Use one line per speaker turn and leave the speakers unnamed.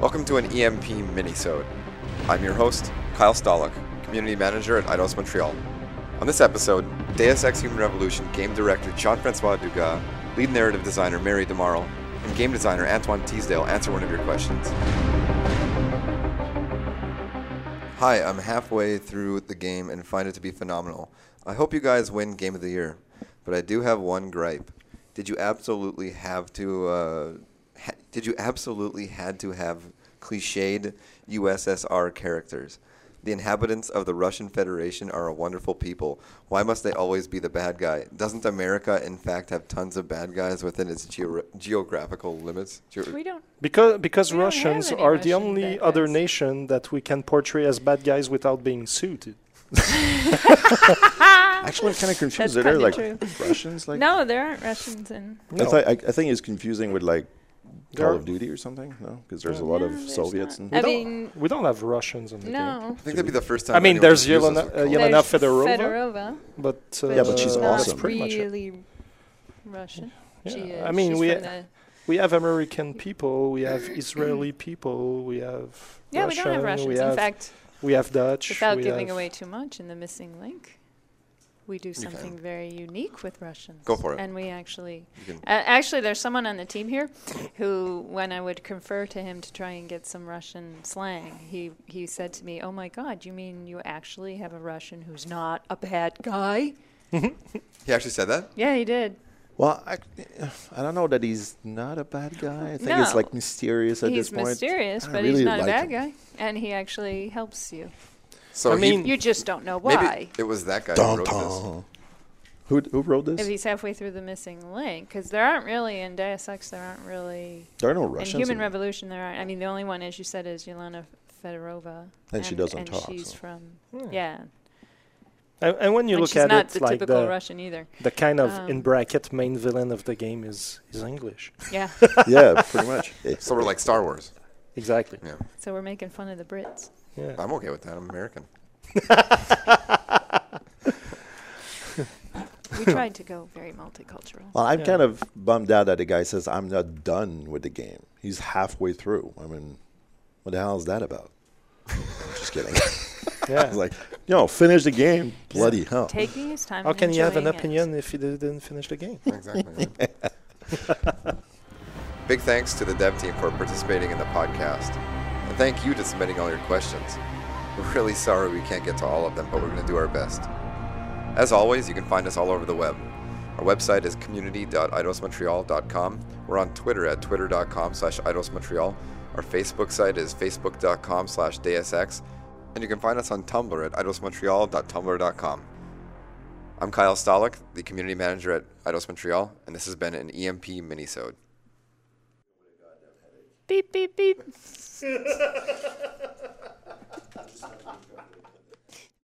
Welcome to an EMP minisode. I'm your host, Kyle Stolick, community manager at Idos Montreal. On this episode, Deus Ex Human Revolution game director Jean-Francois Dugas, lead narrative designer Mary DeMarle, and game designer Antoine Teasdale answer one of your questions. Hi, I'm halfway through the game and find it to be phenomenal. I hope you guys win Game of the Year, but I do have one gripe. Did you absolutely have to? Uh, ha- did you absolutely had to have cliched USSR characters? The inhabitants of the Russian Federation are a wonderful people. Why must they always be the bad guy? Doesn't America, in fact, have tons of bad guys within its geo- geographical limits? Geo-
We don't.
Because because
We don't have
Russians
any
are the
Russian
only
bad
other
guys.
nation that we can portray as bad guys without being suited.
Actually, I'm kind of confused.
That's
Are there like
kinda
Russians? Like
No, there aren't Russians in.
That's like- I, I think it's confusing with like
There
Call
are-
of Duty or something. No, because there's a lot
No,
of
there's
Soviets
not.
and
I
don't-
mean,
We don't have Russians in the game.
no.
I think that'd be the first time.
I mean,
anyone
there's
confuses
Yelena-
with
uh,
Call-
Yelena
There's
Fedorova.
Fedorova,
But uh,
Yeah, but she's
not
awesome.
That's pretty much it.
really Russian.
Yeah.
She is.
I mean,
She's
we-
from the-
We have American people, we have Israeli people, we have
yeah, we
Russian,
don't have Russians.
we
in
have
fact,
we have Dutch.
without
we
giving
have-
away too much in the missing link, we do
can.
something very unique with Russians.
Go for it.
And we actually,
You
uh, actually, there's someone on the team here who, when I would confer to him to try and get some Russian slang, he he said to me, "Oh my God, you mean you actually have a Russian who's not a bad guy?"
He actually said that.
Yeah, he did.
Well, I, I don't know that he's not a bad guy. I think it's
No.
like mysterious at
he's
this point.
mysterious,
I
but
really
he's not
like
a bad
him.
guy, and he actually helps you.
So he-
I
Hmm.
mean-
You just don't know why.
maybe it was that guy who
Dun,
wrote this.
dun. Who who wrote
if
this?
he's halfway through the missing link, because there aren't really in Deus Ex, there aren't really
There are no
in
Russians.
Human
in-
Revolution. There aren't. I mean, the only one, as you said, is Yelena Fedorova,
And she doesn't
and
talk,
She's
so.
from
Hmm.
yeah,
And, and when you
and
look
she's
at
not
it,
the
like
typical
the,
Russian either.
the kind of
Um,
in bracket main villain of the game is is English.
Yeah,
yeah, pretty much. Eh.
So we're like Star Wars.
Exactly.
Yeah,
so we're making fun of the Brits.
Yeah.
I'm okay with that. I'm American.
We tried to go very multicultural.
Well, I'm
Yeah.
kind of bummed out that the guy says I'm not done with the game. He's halfway through. I mean, what the hell is that about? Just kidding. I
yeah.
was like, no, finish the game. Bloody hell.
Taking his time.
Oh. How
and
can you have an
enjoying it.
opinion if you didn't finish the game?
Exactly. yeah. Big thanks to the dev team for participating in the podcast. And thank you to submitting all your questions. We're really sorry we can't get to all of them, but we're going to do our best. As always, you can find us all over the web. Our website is community.idosmontreal.com. We're on Twitter at twitter.com slash idosmontreal. Our Facebook site is facebook.com slash dsx. And you can find us on Tumblr at idosmontreal.tumblr.com. I'm Kyle Stolick, the community manager at Idos Montreal, and this has been an EMP minisode.
Beep beep beep.